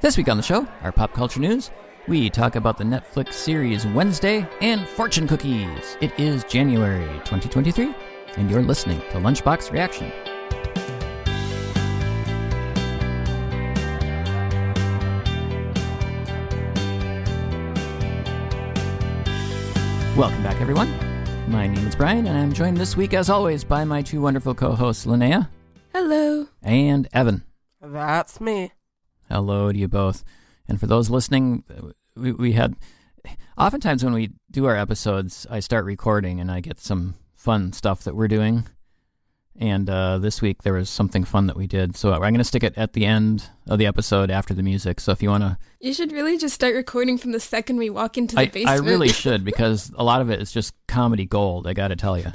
This week on the show, our pop culture news, we talk about the Netflix series Wednesday and fortune cookies. It is January 2023, and you're listening to Lunchbox Reaction. Welcome back, everyone. My name is Brian, and I'm joined this week, as always, by my two wonderful co hosts, Linnea Hello. and Evan. That's me. Hello to you both. And for those listening, we, we had oftentimes when we do our episodes, I start recording and I get some fun stuff that we're doing. And uh, this week there was something fun that we did. So I'm going to stick it at the end of the episode after the music. So if you want to, You should really just start recording from the second we walk into the I, I basement. really should because a lot of it is just comedy gold, I got to tell you.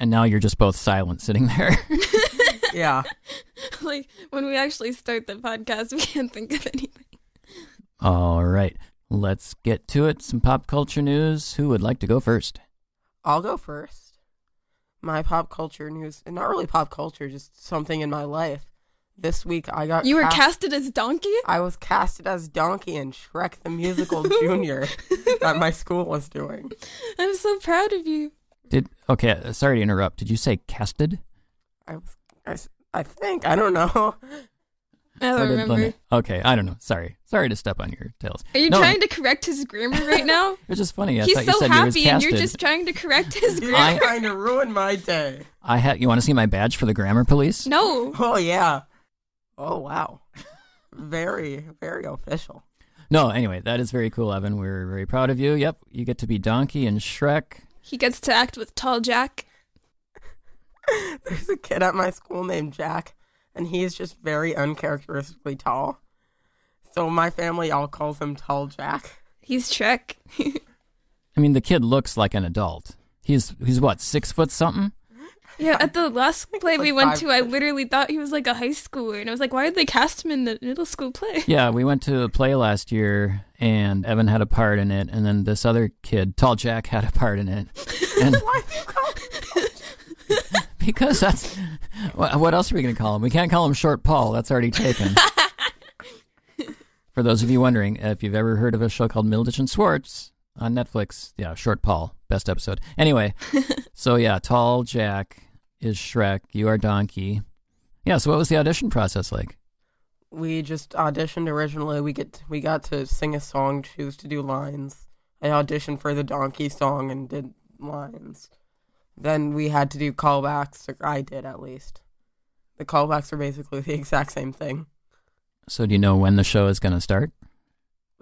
And now you're just both silent sitting there. Yeah. like when we actually start the podcast, we can't think of anything. All right, let's get to it. Some pop culture news. Who would like to go first? I'll go first. My pop culture news, and not really pop culture, just something in my life. This week I got You were cast- casted as Donkey? I was casted as Donkey in Shrek the Musical Junior that my school was doing. I'm so proud of you. Did okay? uh, Sorry to interrupt. Did you say casted? I was, I, s- I think I don't know. Oh, I Or don't did remember. Lynette- Okay, I don't know. Sorry, sorry to step on your tails. Are you No, trying to correct his grammar right now? It's just funny. I He's thought you so said happy you was and casted. you're just trying to correct his You're grammar. I- trying to ruin my day. I had. You want to see my badge for the grammar police? No. Oh yeah. Oh wow. Very very official. No. Anyway, that is very cool, Evan. We're very proud of you. Yep, you get to be Donkey and Shrek. He gets to act with Tall Jack. There's a kid at my school named Jack, and he's just very uncharacteristically tall. So my family all calls him Tall Jack. He's Shrek. I mean, the kid looks like an adult. He's he's what six foot something. yeah, at the last play like we went five to, I foot. literally thought he was like a high schooler. And I was like, why did they cast him in the middle school play? Yeah, we went to a play last year, and Evan had a part in it, and then this other kid, Tall Jack, had a part in it. And Why do you call him? because that's wha- what else are we going to call him? We can't call him Short Paul. That's already taken. For those of you wondering, if you've ever heard of a show called Milditch and Schwartz on Netflix, yeah, Short Paul, best episode. Anyway, so yeah, Tall Jack is Shrek. You are Donkey. Yeah. So what was the audition process like? We just auditioned originally. We get we got to sing a song, choose to do lines. I auditioned for the donkey song and did lines. Then we had to do callbacks, or I did at least. The callbacks are basically the exact same thing. So do you know when the show is going to start?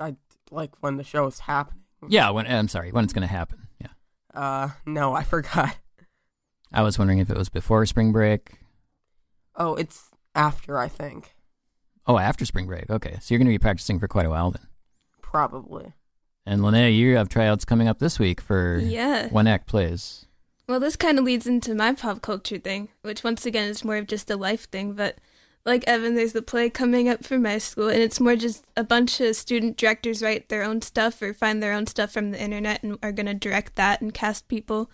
I like when the show is happening. Yeah. When I'm sorry, when it's going to happen. Yeah. Uh, no, I forgot. I was wondering if it was before spring break. Oh, it's after I think. Oh, after spring break. Okay. So you're going to be practicing for quite a while then. Probably. And Linnea, you have tryouts coming up this week for Yeah. one act plays. Well, this kind of leads into my pop culture thing, which once again is more of just a life thing. But like Evan, there's the play coming up for my school, and it's more just a bunch of student directors write their own stuff or find their own stuff from the internet and are going to direct that and cast people.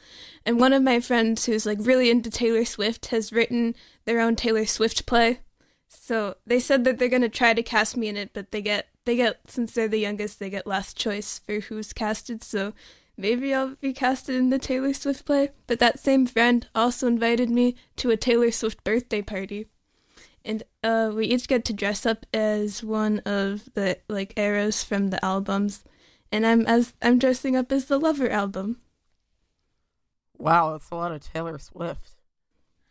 And one of my friends who's like really into Taylor Swift has written their own Taylor Swift play. So they said that they're going to try to cast me in it, but they get they get since they're the youngest, they get last choice for who's casted. So maybe I'll be casted in the Taylor Swift play. But that same friend also invited me to a Taylor Swift birthday party. And uh, we each get to dress up as one of the like arrows from the albums, and I'm as I'm dressing up as the Lover album. Wow, that's a lot of Taylor Swift.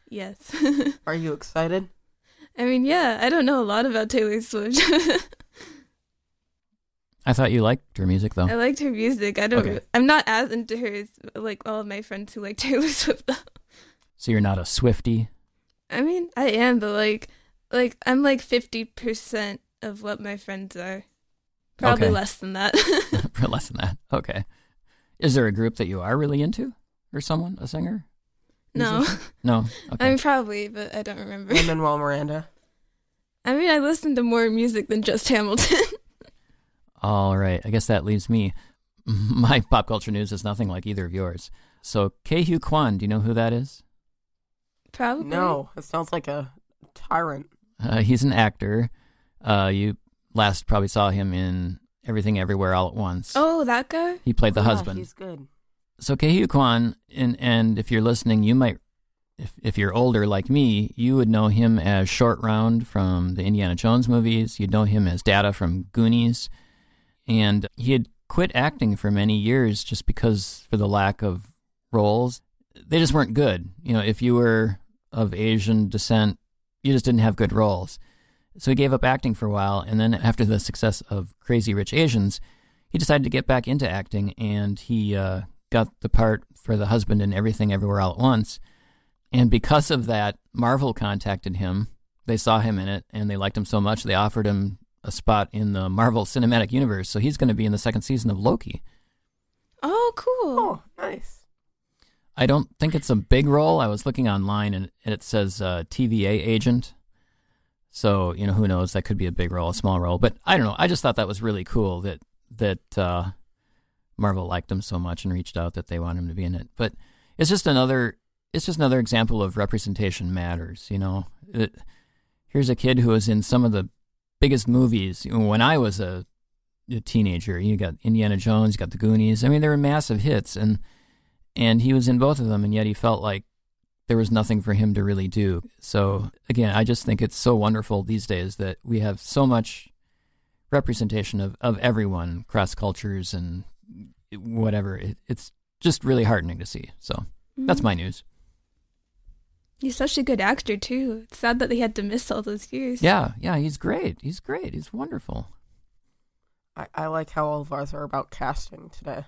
Yes, Are you excited? I mean yeah, I don't know a lot about Taylor Swift. I thought you liked her music though. I liked her music. I don't. Oh. Okay. I'm not as into her as like all of my friends who like Taylor Swift. Though. So you're not a Swifty. I mean, I am, but like, like I'm like fifty percent of what my friends are. Probably Okay. less than that. for less than that. Okay. Is there a group that you are really into? Or someone? A singer? no, Musician? No. Okay. I'm probably, but I don't remember. Lin Manuel Miranda. I mean, I listen to more music than just Hamilton. All right. I guess that leaves me. My pop culture news is nothing like either of yours. So Keihu Kwan, do you know who that is? probably. No, it sounds like a tyrant. Uh, he's an actor. Uh, you last probably saw him in Everything Everywhere All at Once. Oh, that guy? He played the Yeah, husband. He's good. So Kehiu Kwan, and and if you're listening, you might, if if you're older like me, you would know him as Short Round from the Indiana Jones movies. You'd know him as Data from Goonies, and he had quit acting for many years just because for the lack of roles, they just weren't good. You know, if you were of Asian descent, you just didn't have good roles. So he gave up acting for a while, and then after the success of Crazy Rich Asians, he decided to get back into acting, and he uh, got the part for the husband in Everything Everywhere All at Once. And because of that, Marvel contacted him. They saw him in it, and they liked him so much they offered him a spot in the Marvel Cinematic Universe. So he's going to be in the second season of Loki. Oh, cool. Oh, nice. I don't think it's a big role. I was looking online, and, and it says uh, TVA agent. So you know, who knows? That could be a big role, a small role, but I don't know. I just thought that was really cool that that uh, Marvel liked him so much and reached out that they want him to be in it. But it's just another it's just another example of representation matters. You know, it, here's a kid who was in some of the biggest movies You know, when I was a, a teenager. You got Indiana Jones, you got The Goonies. I mean, they were massive hits, and and he was in both of them, and yet he felt like there was nothing for him to really do. So again, I just think it's so wonderful these days that we have so much representation of, of everyone, across cultures and whatever. It, it's just really heartening to see. So that's my news. Mm. He's such a good actor, too. It's sad that they had to miss all those years. Yeah, yeah, he's great. He's great. He's wonderful. I, I like how all of ours are about casting today.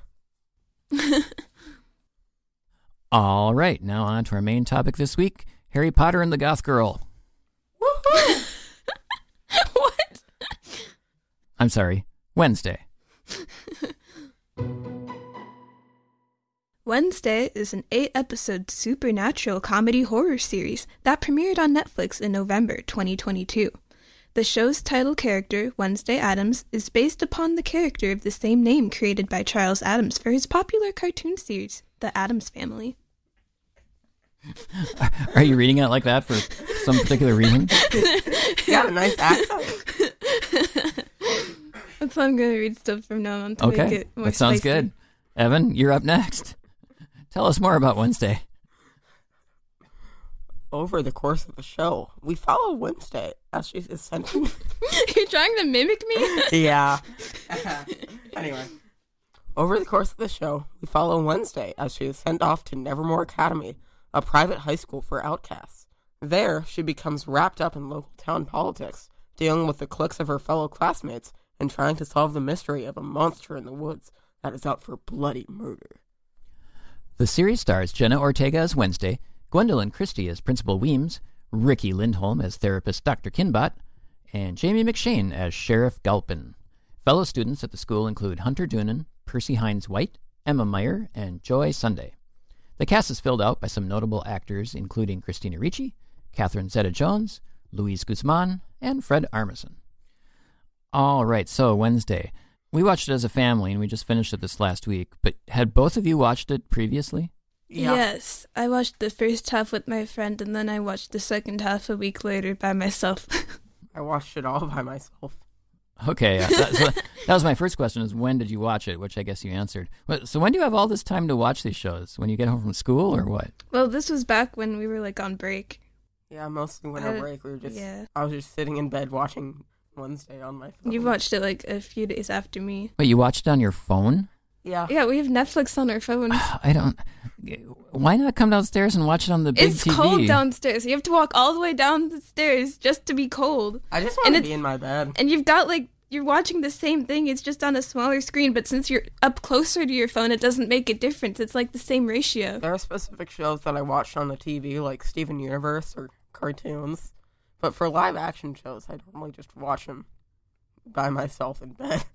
All right, now on to our main topic this week: Harry Potter and the Goth Girl. Woohoo! what? I'm sorry, Wednesday. Wednesday is an eight episode supernatural comedy horror series that premiered on Netflix in November 2022. The show's title character, Wednesday Adams, is based upon the character of the same name created by Charles Adams for his popular cartoon series, The Adams Family. Are you reading it like that for some particular reason? You got a nice accent. That's why I'm going to read stuff from now on to make Okay, it more that sounds spicy. good. Evan, you're up next. Tell us more about Wednesday. Over the course of the show, we follow Wednesday as she's ascending. You're trying to mimic me? yeah. anyway. Over the course of the show, we follow Wednesday as she is sent off to Nevermore Academy, a private high school for outcasts. There, she becomes wrapped up in local town politics, dealing with the cliques of her fellow classmates and trying to solve the mystery of a monster in the woods that is out for bloody murder. The series stars Jenna Ortega as Wednesday, Gwendolyn Christie as Principal Weems, Ricky Lindholm as therapist Dr. Kinbot, and Jamie McShane as Sheriff Galpin. Fellow students at the school include Hunter Doonan, Percy Hines White, Emma Meyer, and Joy Sunday. The cast is filled out by some notable actors, including Christina Ricci, Catherine Zeta Jones, Luis Guzman, and Fred Armisen. All right, so Wednesday. We watched it as a family, and we just finished it this last week. But had both of you watched it previously? Yes, I watched the first half with my friend and then I watched the second half a week later by myself. I watched it all by myself. Okay, uh, that, so that was my first question: is when did you watch it? Which I guess you answered. Wh- So when do you have all this time to watch these shows? When you get home from school, or what? well, this was back when we were like on break. Yeah, mostly when I Uh, break, we were just. yeah. I was just sitting in bed watching Wednesday on my phone. You Oh. watched it like a few days after me. Wait, you watched it on your phone? Ah. Yeah. Yeah, we have Netflix on our phones. I don't. Why not come downstairs and watch it on the big It's TV? cold downstairs. You have to walk all the way down the stairs just to be cold. I just And want to it's- be in my bed. And you've got like you're watching the same thing. It's just on a smaller screen, but since you're up closer to your phone, it doesn't make a difference. It's like the same ratio. There are specific shows that I watched on the TV, like Steven Universe or cartoons. But for live action shows, I normally just watch them by myself in bed.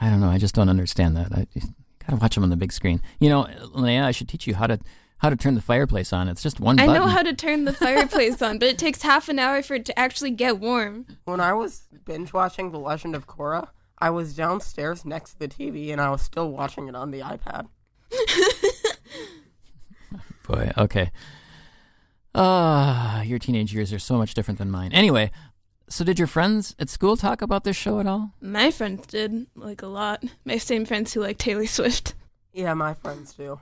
I don't know. I just don't understand that. I you gotta watch them on the big screen. You know, Linnea, I should teach you how to how to turn the fireplace on. It's just one I button. know how to turn the fireplace on, but it takes half an hour for it to actually get warm. When I was binge watching The Legend of Korra, I was downstairs next to the TV and I was still watching it on the iPad. Boy, okay. Ah, your teenage years are so much different than mine. Anyway, So did your friends at school talk about this show at all? My friends did, like a lot. My same friends who like Taylor Swift. Yeah, my friends do.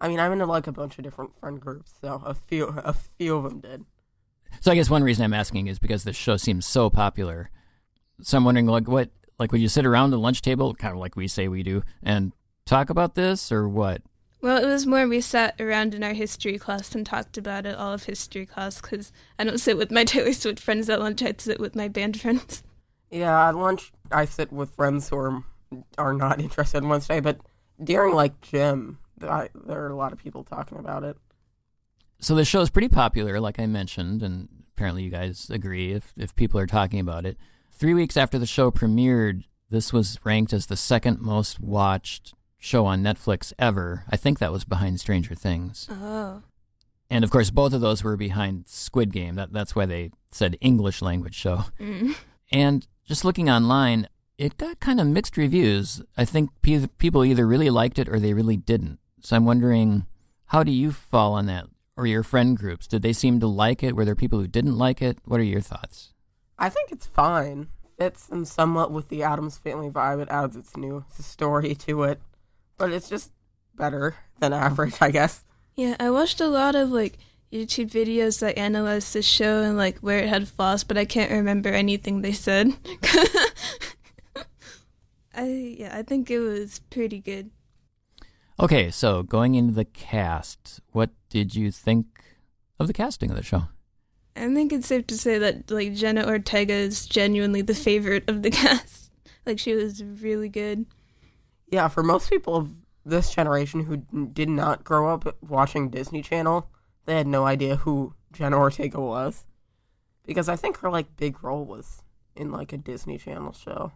I mean, I'm into like a bunch of different friend groups, so a few a few of them did. So I guess one reason I'm asking is because this show seems so popular. So I'm wondering, like, what, like, would you sit around the lunch table, kind of like we say we do, and talk about this, or what? Well, it was more we sat around in our history class and talked about it all of history class because I don't sit with my Taylor Swift friends at lunch. I sit with my band friends. Yeah, at lunch I sit with friends who are are not interested in Wednesday, but during like gym, I, there are a lot of people talking about it. So this show is pretty popular, like I mentioned, and apparently you guys agree if if people are talking about it. Three weeks after the show premiered, this was ranked as the second most watched show on Netflix ever. I think that was behind Stranger Things. Oh. And of course, both of those were behind Squid Game. That, that's why they said English language show. Mm. And just looking online, it got kind of mixed reviews. I think pe- people either really liked it or they really didn't. So I'm wondering, how do you fall on that? Or your friend groups? Did they seem to like it? Were there people who didn't like it? What are your thoughts? I think it's fine. Fits in somewhat with the Adams Family vibe. It adds its new story to it, but it's just better than average, I guess. Yeah, I watched a lot of like YouTube videos that analyzed the show and like where it had flaws, but I can't remember anything they said. I yeah, I think it was pretty good. Okay, so going into the cast, what did you think of the casting of the show? I think it's safe to say that like Jenna Ortega is genuinely the favorite of the cast. Like she was really good. Yeah, for most people of this generation who d- did not grow up watching Disney Channel, they had no idea who Jenna Ortega was, because I think her like big role was in like a Disney Channel show.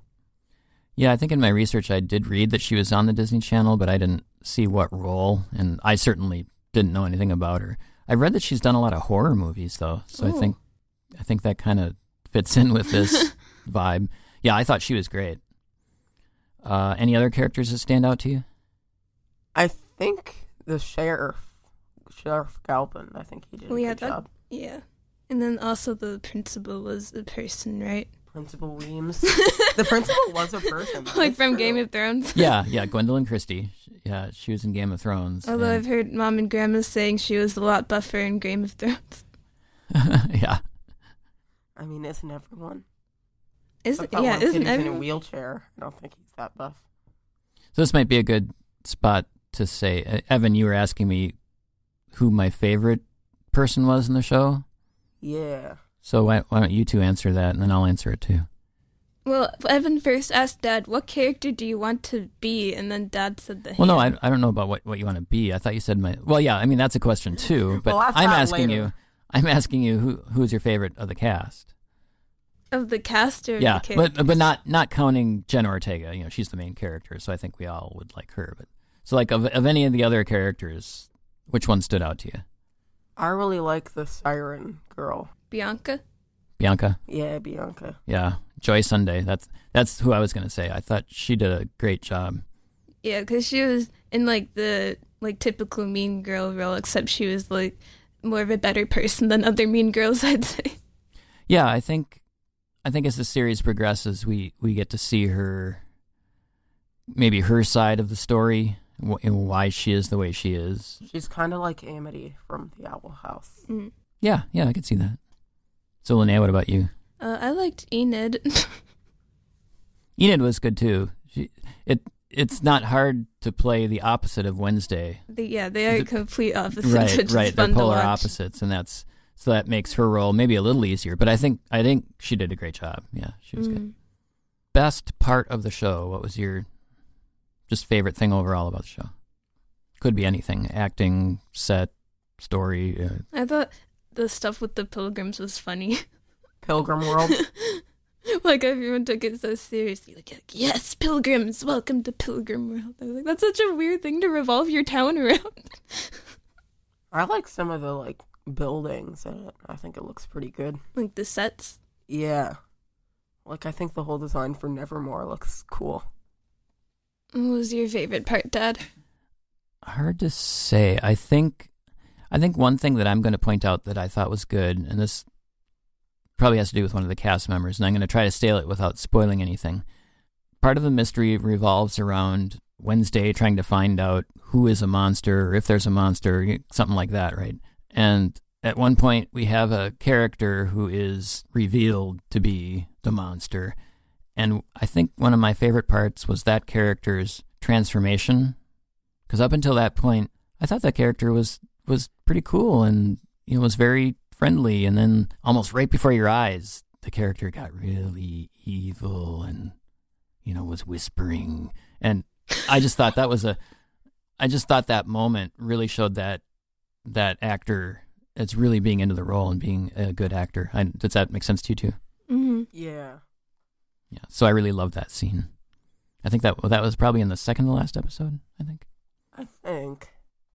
Yeah, I think in my research I did read that she was on the Disney Channel, but I didn't see what role, and I certainly didn't know anything about her. I read that she's done a lot of horror movies though, so I Ooh. think I think that kind of fits in with this vibe. Yeah, I thought she was great. Uh, any other characters that stand out to you? I think the sheriff, Sheriff Galpin, I think he did a Oh, yeah, good that- job. Yeah. And then also the principal was a person, right? Principal Weems. the principal was a person. that like is from true. Game of Thrones. Yeah, yeah, Gwendolyn Christie. Sh- Yeah, she was in Game of Thrones. Although I've and- heard mom and grandma saying she was a lot buffer in Game of Thrones. yeah, I mean, isn't everyone? Is But that yeah, one kid isn't who's in a everyone? wheelchair. I don't think he's that buff. so this might be a good spot to say, uh, Evan, you were asking me who my favorite person was in the show. Yeah. So why, why don't you two answer that, and then I'll answer it too. Well, Evan first asked Dad, "What character do you want to be?" And then Dad said the. Well, no, I, hand. I don't know about what, what you want to be. I thought you said my. Well, yeah, I mean that's a question too. But Well, that's I'm not asking later. you. I'm asking you who who's your favorite of the cast? of the cast or of yeah, the character. but but not not counting Jenna Ortega. You know, she's the main character, so I think we all would like her. But so like of of any of the other characters, which one stood out to you? I really like the siren girl. Bianca. Bianca. Yeah, Bianca. Yeah, Joy Sunday. That's that's who I was gonna say. I thought she did a great job. Yeah, because she was in like the like typical mean girl role, except she was like more of a better person than other mean girls. I'd say. Yeah, I think I think as the series progresses, we we get to see her maybe her side of the story wh- and why she is the way she is. She's kind of like Amity from The Owl House. Mm. Yeah, yeah, I could see that. So, Linnea, what about you? Uh, I liked Enid. Enid was good too. She, it it's not hard to play the opposite of Wednesday. The- yeah, they are The- complete opposites, which Right, is right. They're fun to polar watch. opposites, and that's so that makes her role maybe a little easier. But I think I think she did a great job. Yeah, she was good. Mm. best part of the show? What was your just favorite thing overall about the show? Could be anything: acting, set, story. Uh, I thought the stuff with the pilgrims was funny. Pilgrim World. like everyone took it so seriously. Like, like, yes, pilgrims, welcome to Pilgrim World. I was like, that's such a weird thing to revolve your town around. I like some of the like buildings in it. I think it looks pretty good. like the sets. Yeah. Like I think the whole design for Nevermore looks cool. What was your favorite part, Dad? hard to say. I think, I think one thing that I'm going to point out that I thought was good, and this probably has to do with one of the cast members, and I'm going to try to stale it without spoiling anything. Part of the mystery revolves around Wednesday trying to find out who is a monster or if there's a monster, something like that, right? And at one point, we have a character who is revealed to be the monster. And I think one of my favorite parts was that character's transformation. Because up until that point, I thought that character was, was pretty cool and you know, was very friendly. And then almost right before your eyes, the character got really evil and, you know, was whispering. And I just thought that was a, I just thought that moment really showed that, that actor as really being into the role and being a good actor. I, does that make sense to you too? Mm-hmm. Yeah. Yeah. So I really loved that scene. I think that that was probably in the second to last episode. I think. I think.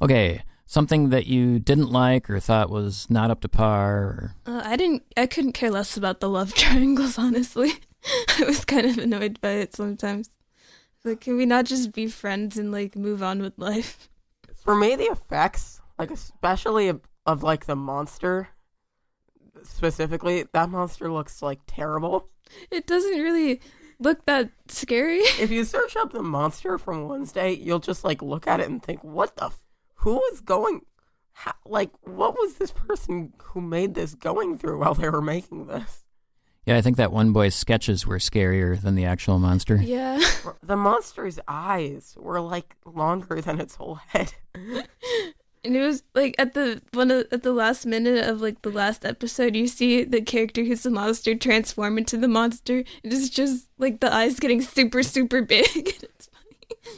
Okay, something that you didn't like or thought was not up to par. Or, Uh, I didn't. I couldn't care less about the love triangles. Honestly, I was kind of annoyed by it sometimes. Like, can we not just be friends and like move on with life? for me the effects like especially of, of like the monster specifically that monster looks like terrible It doesn't really look that scary. if you search up the monster from wednesday you'll just like look at it and think what the f- who was going how, like what was this person who made this going through while they were making this yeah, I think that one boy's sketches were scarier than the actual monster. yeah, the monster's eyes were like longer than its whole head and it was like at the one of, at the last minute of like the last episode, you see the character who's the monster transform into the monster. It is just like the eyes getting super super big. it's funny.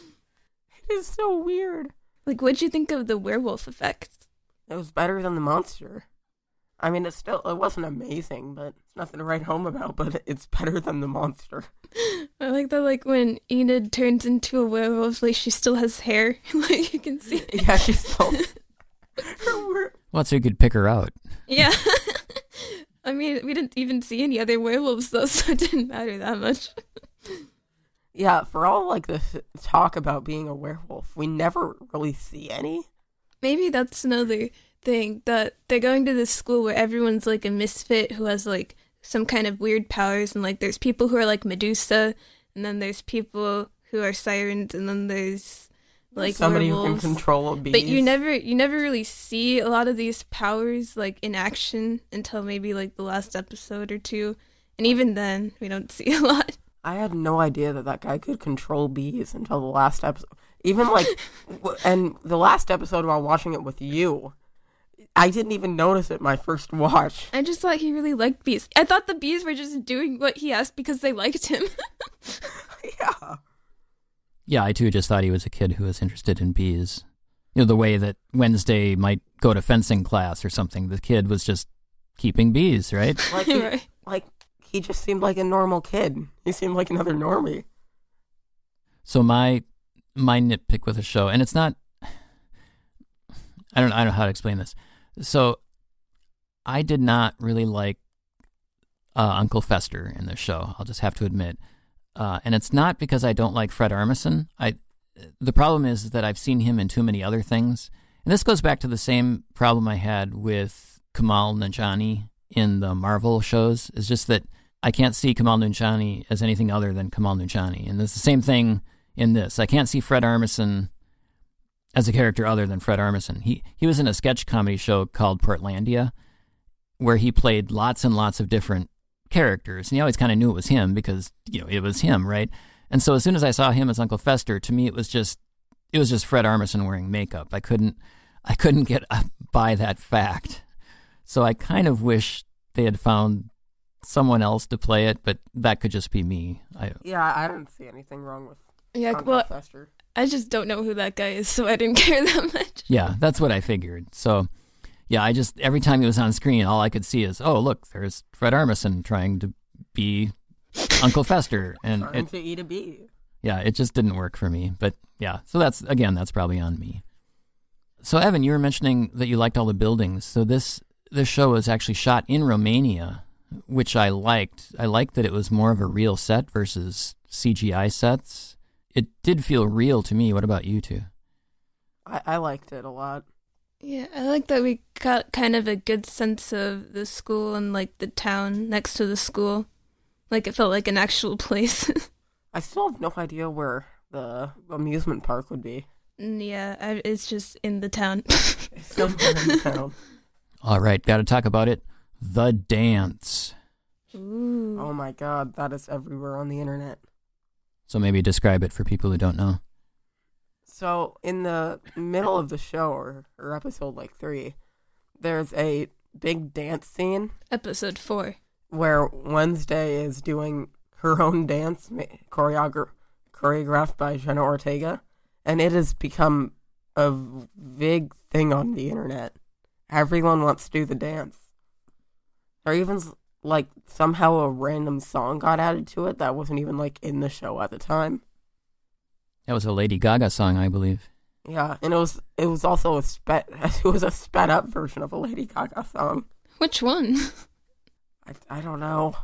it is so weird Like, what'd you think of the werewolf effect? it was better than the monster. I mean, it's still it wasn't amazing, but it's nothing to write home about. But it's better than the monster. I like that, like when Enid turns into a werewolf, like she still has hair, like you can see. it. Yeah, she's still. her wor- Well, so you could pick her out. Yeah. I mean, we didn't even see any other werewolves though, so it didn't matter that much. yeah, for all like this talk about being a werewolf, we never really see any. Maybe that's another thing that they're going to this school where everyone's like a misfit who has like some kind of weird powers, and like there's people who are like Medusa, and then there's people who are sirens, and then there's like somebody who can werewolves. control a beast. But you never you never really see a lot of these powers like in action until maybe like the last episode or two. And even then, we don't see a lot. I had no idea that that guy could control bees until the last episode. Even like, w- and the last episode while watching it with you, I didn't even notice it my first watch. I just thought he really liked bees. I thought the bees were just doing what he asked because they liked him. yeah. Yeah, I too just thought he was a kid who was interested in bees. You know, the way that Wednesday might go to fencing class or something. The kid was just keeping bees, right? Like, he, Right. like he just seemed like a normal kid. He seemed like another normie. So my my nitpick with the show, and it's not. I don't I don't know how to explain this. So, I did not really like uh, Uncle Fester in this show. I'll just have to admit, uh, and it's not because I don't like Fred Armisen. I the problem is that I've seen him in too many other things, and this goes back to the same problem I had with Kamal Nanjani in the Marvel shows. Is just that I can't see Kamal Nanjani as anything other than Kamal Nanjani, and it's the same thing in this. I can't see Fred Armisen as a character other than Fred Armisen. He he was in a sketch comedy show called Portlandia, where he played lots and lots of different characters, and you always kind of knew it was him because you know it was him, right? And so as soon as I saw him as Uncle Fester, to me it was just it was just Fred Armisen wearing makeup. I couldn't I couldn't get up by that fact. So I kind of wish they had found someone else to play it, but that could just be me. I Yeah, I didn't see anything wrong with yeah, Uncle well, Fester. I just don't know who that guy is, so I didn't care that much. Yeah, that's what I figured. So, yeah, I just every time he was on screen, all I could see is, oh look, there's Fred Armisen trying to be Uncle Fester, and Trying it, to eat a bee. yeah, it just didn't work for me. But yeah, so that's again, that's probably on me. So Evan, you were mentioning that you liked all the buildings. So this this show was actually shot in Romania, which I liked. I liked that it was more of a real set versus CGI sets. It did feel real to me. What about you two? I, I liked it a lot. Yeah, I like that we got kind of a good sense of the school and like the town next to the school. Like it felt like an actual place. I still have no idea where the amusement park would be. And yeah, I, it's just in the town. It's somewhere in town. All right, got to talk about it. The dance. Ooh. Oh my god, that is everywhere on the internet. So maybe describe it for people who don't know. So in the middle of the show or, or episode like three, there's a big dance scene Episode four. where Wednesday is doing her own dance ma- choreogra- choreographed by Jenna Ortega, and it has become a v- big thing on the internet. Everyone wants to do the dance. Or even s- like somehow a random song got added to it that wasn't even like in the show at the time. That was a Lady Gaga song, I believe. Yeah, and it was it was also a sped it was a sped up version of a Lady Gaga song. Which one? I, I don't know.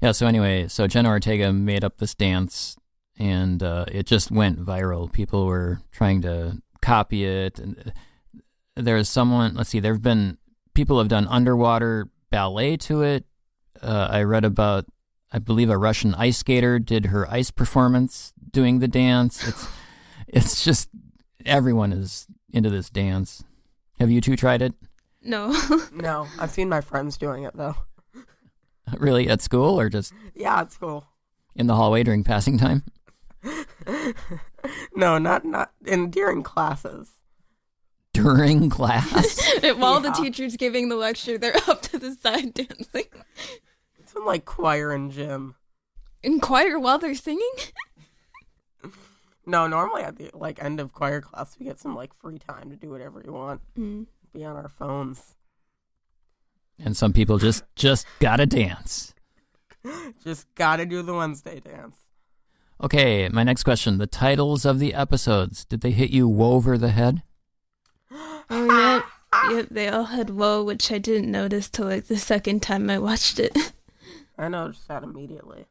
Yeah, so anyway, so Jenna Ortega made up this dance and uh, it just went viral. People were trying to copy it. And uh, there is someone, let's see, there have been people have done underwater ballet to it. Uh, I read about, I believe, a Russian ice skater did her ice performance doing the dance. It's, it's just everyone is into this dance. Have you two tried it? No. No, I've seen my friends doing it though. Really, at school or just Yeah, it's cool. in the hallway during passing time? No, not not in during classes. During class? While the Yeah. teacher's giving the lecture, they're up to the side dancing. It's in like choir and gym. Inquire while they're singing? No, normally at the like end of choir class we get some like free time to do whatever we want. Mm. Be on our phones. and some people just just gotta dance. Just gotta do the Wednesday dance. Okay, my next question: the titles of the episodes. Did they hit you woe over the head? Oh, yep. Yep, they all had woe, which I didn't notice till like the second time I watched it. I noticed that immediately.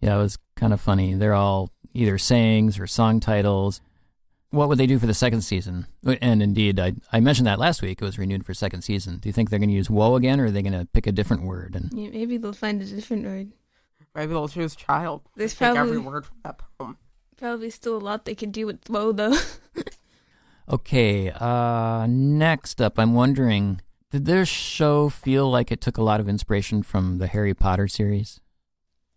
Yeah, it was kind of funny. They're all either sayings or song titles. What would they do for the second season? And indeed, I, I mentioned that last week. It was renewed for second season. Do you think they're going to use woe again, or are they going to pick a different word? And Yeah, maybe they'll find a different word. Maybe they'll choose child. There's Take every probably- word from that poem. Probably still a lot they could do with woe, though. Okay, uh, next up, I'm wondering did this show feel like it took a lot of inspiration from the Harry Potter series?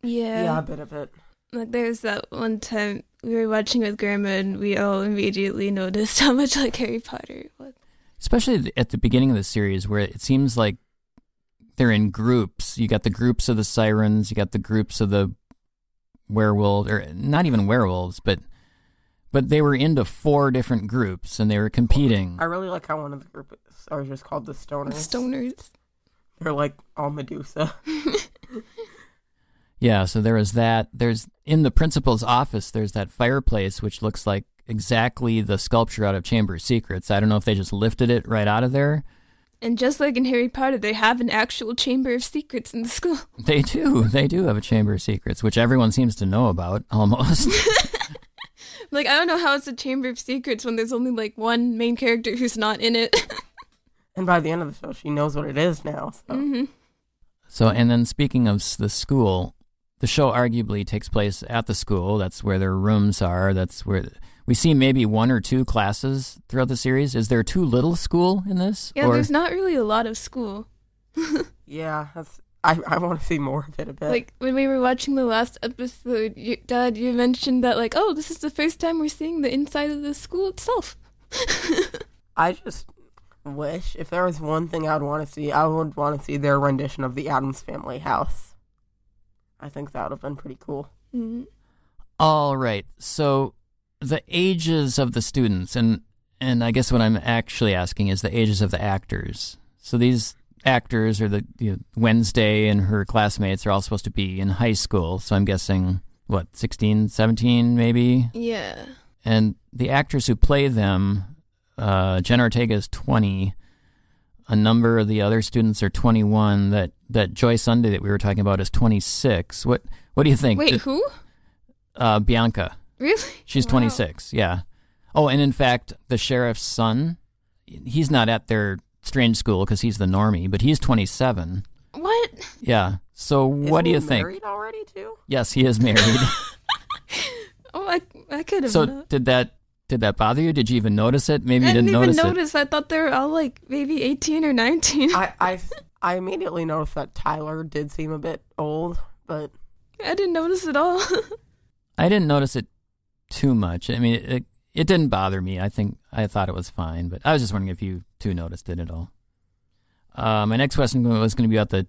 yeah. yeah, a bit of it. Like there was that one time we were watching with grandma, and we all immediately noticed how much like Harry Potter it was. Especially th- at the beginning of the series, where it seems like they're in groups. You got the groups of the sirens, you got the groups of the werewolves, or not even werewolves, but but they were into four different groups and they were competing. I really like how one of the group are just called the Stoners. Stoners. They're like all Medusa. Yeah, so there is that. There's in the principal's office. There's that fireplace which looks like exactly the sculpture out of Chamber of Secrets. I don't know if they just lifted it right out of there. And just like in Harry Potter, they have an actual Chamber of Secrets in the school. They do. They do have a Chamber of Secrets, which everyone seems to know about almost. Like I don't know how it's a Chamber of Secrets when there's only like one main character who's not in it. And by the end of the show, she knows what it is now. Oh. So hmm so, and then speaking of s- the school, the show arguably takes place at the school. That's where their rooms are. That's where we see maybe one or two classes throughout the series. Is there too little school in this? Yeah, Or- there's not really a lot of school. yeah, that's I, I want to see more of it a bit. Like when we were watching the last episode, you, Dad, you mentioned that like, oh, this is the first time we're seeing the inside of the school itself. I just wish if there was one thing I'd want to see, I would want to see their rendition of the Adams Family house. I think that would have been pretty cool. Mm-hmm. Mhm. All right. So the ages of the students and and I guess what I'm actually asking is the ages of the actors. So these actors are the you know, Wednesday and her classmates are all supposed to be in high school. So I'm guessing what 16, 17 maybe. Yeah. And the actors who play them, uh, Jenna Ortega is 20. A number of the other students are 21. That that Joy Sunday that we were talking about is 26. What what do you think? Wait, Just- who? uh, Bianca. Really? She's Wow. 26. Yeah. Oh, and in fact, the sheriff's son, he's not at their strange school because he's the normie, but he's 27. What? Yeah. So what Isn't do you he think? Married already too? Yes, he is married. Oh, I, I could have. so known. did that did that bother you? Did you even notice it? Maybe I you didn't didn't even notice, it. notice. I thought they were all like maybe 18 or 19. I, I, I I immediately noticed that Tyler did seem a bit old, but didn't notice at all. I didn't notice it too much. I mean, it, it didn't bother me. I think I thought it was fine, but I was just wondering if you two noticed it at all. Uh, my next question was going to be about the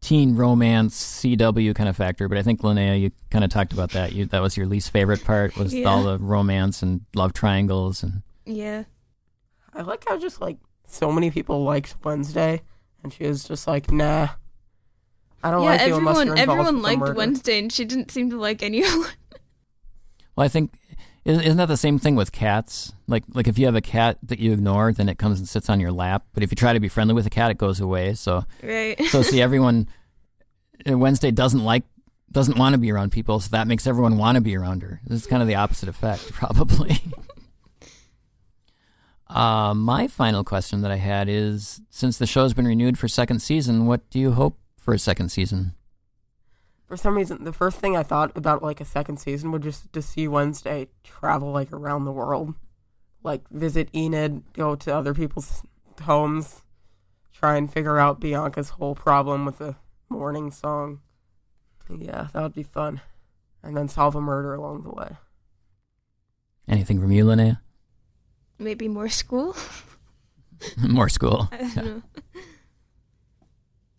teen romance CW kind of factor, but I think Linnea, you kind of talked about that. You, that was your least favorite part was Yeah. all the romance and love triangles and yeah. I like how just like so many people liked Wednesday, and she was just like, nah. I don't yeah, like you unless you're everyone involved everyone with the liked murder." Wednesday and she didn't seem to like anyone. Well, I think isn't isn't that the same thing with cats? Like like if you have a cat that you ignore, then it comes and sits on your lap. But if you try to be friendly with a cat, it goes away. So right. so see everyone uh, Wednesday doesn't like doesn't want to be around people, so that makes everyone want to be around her. This is kind of the opposite effect, probably. uh, my final question that I had is: since the show's been renewed for second season, what do you hope for a second season? For some reason, the first thing I thought about like a second season would just to see Wednesday travel like around the world, like visit Enid, go to other people's homes, try and figure out Bianca's whole problem with the morning song. Yeah, that would be fun, and then solve a murder along the way. Anything from you, Linnea? Maybe more school? More school. I don't know.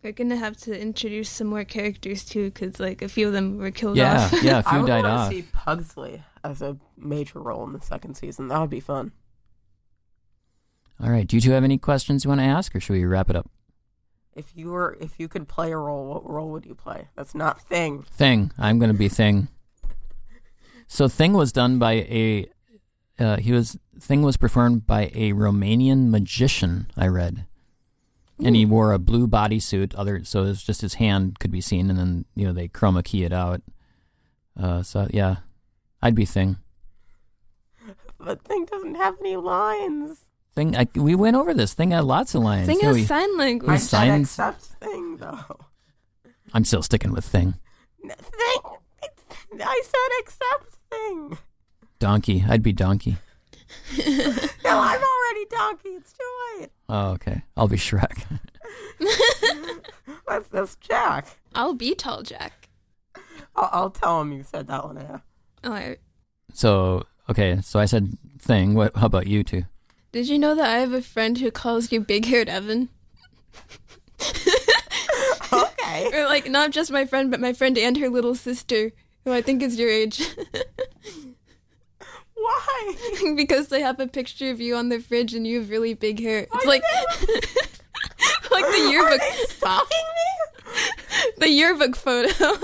We're gonna have to introduce some more characters too, because like a few of them were killed Yeah, off. yeah. A few I would died wanna off. see Pugsley as a major role in the second season. That would be fun. All right. Do you two have any questions you want to ask, or should we wrap it up? If you were, if you could play a role, what role would you play? That's not thing. Thing. I'm going to be Thing. So Thing was done by a. Uh, he was Thing was performed by a Romanian magician. I read, and he wore a blue bodysuit. Other so it was just his hand could be seen, and then you know they chroma key it out. Uh, so yeah, I'd be Thing. But thing doesn't have any lines. Thing. I, we went over this. Thing had lots of lines. Thing Yeah, has we- sign language. I With said signs? accept thing though. I'm still sticking with Thing. N- Thing. I said accept thing. Donkey. I'd be Donkey. No, I'm already donkey. It's too late. Oh, okay. I'll be Shrek. That's that's Jack. I'll be tall Jack. I'll, I'll tell him you said that one. Yeah. All right. So okay, so I said thing. What? How about you two? Did you know that I have a friend who calls you Big Haired Evan? Okay. Or like not just my friend, but my friend and her little sister, who I think is your age, Why? because they have a picture of you on the fridge and you have really big hair. It's like like the yearbook, Stalking me? the yearbook photo.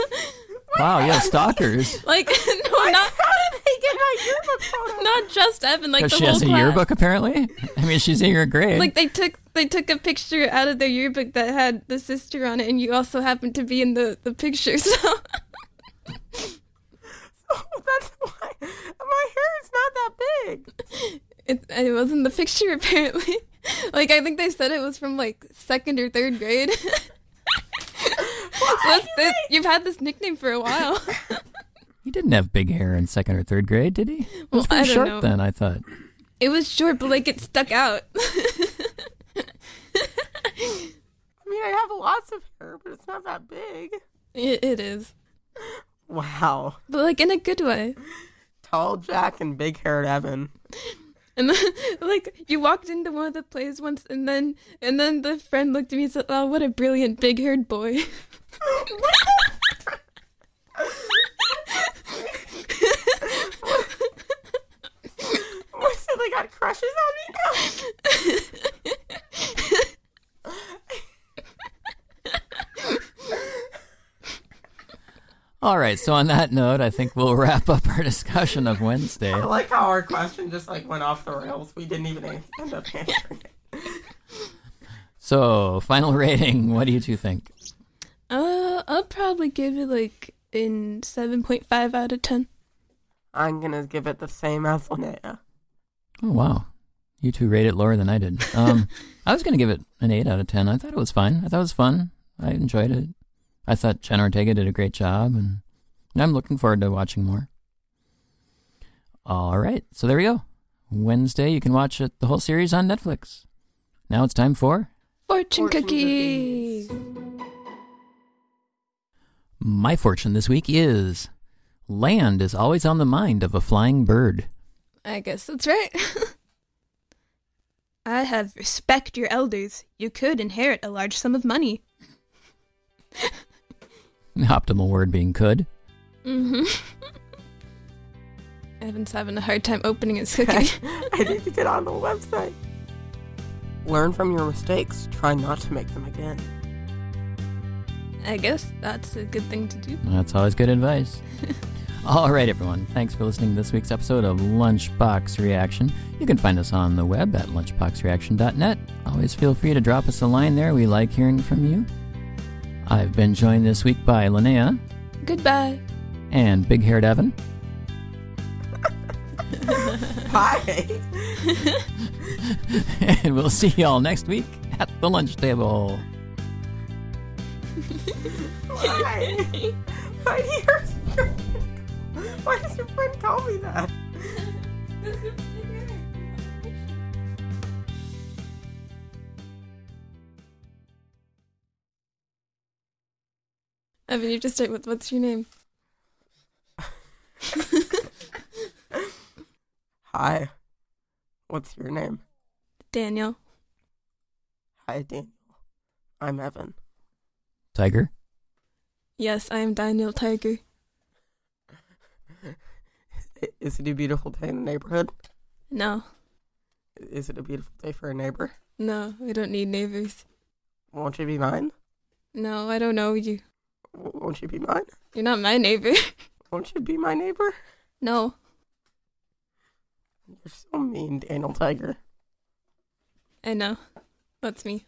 Wow, you have stalkers. like no, not How did they get my yearbook photo? not just Evan, like Because the she whole has a class. yearbook, apparently. I mean, she's in your grade. Like they took they took a picture out of their yearbook that had the sister on it, and you also happened to be in the the picture. So That's why my hair is not that big. it, it was in the picture apparently. Like I think they said it was from like second or third grade. so that's the, you've had this nickname for a while. he didn't have big hair in second or third grade, did he? It was Well, pretty I don't short know. then. I thought. It was short, but like it stuck out. I mean, I have lots of hair, but it's not that big. It, it is, Wow. but like in a good way. Tall Jack and big haired Evan. And then, like you walked into one of the plays once, and then and then the friend looked at me and said, "Oh, what a brilliant big haired boy." What, so they got crush crushes on me? All right. So on that note, I think we'll wrap up our discussion of Wednesday. I like how our question just like went off the rails. We didn't even an- end up answering it. So final rating. What do you two think? Uh, I'll probably give it like in 7.5 out of 10. I'm gonna give it the same as Linnea. Oh wow, you two rate it lower than I did. Um, I was gonna give it an eight out of ten. I thought it was fine. I thought it was fun. I enjoyed it. I thought Jen Ortega did a great job, and I'm looking forward to watching more. All right, so there we go. Wednesday, you can watch it, the whole series on Netflix. Now it's time for Fortune, Fortune cookies. my fortune. This week is land is always on the mind of a flying bird. I guess that's right. I have respect your elders. You could inherit a large sum of money. The optimal word being could. Mm-hmm. Evan's having a hard time opening his cookie. I need to get on the website. Learn from your mistakes. Try not to make them again. I guess that's a good thing to do. That's always good advice. All right, everyone. Thanks for listening to this week's episode of Lunchbox Reaction. You can find us on the web at lunchboxreaction.net. Always feel free to drop us a line there. We like hearing from you. I've been joined this week by Linnea Goodbye. and Big Haired Evan. Bye. and we'll see y'all next week at the lunch table. Why? Why do your Why does your friend call me that? Evan, you just start with what's your name? Hi. What's your name? Daniel. Hi, Daniel. I'm Evan. Tiger? Yes, I am Daniel Tiger. I- Is it a beautiful day in the neighborhood? No, Is it a beautiful day for a neighbor? no, we don't need neighbors. Won't you be mine? No, I don't know you. W- Won't you be mine? You're not my neighbor. Won't you be my neighbor? no. You're so mean, Daniel Tiger. I know. That's me.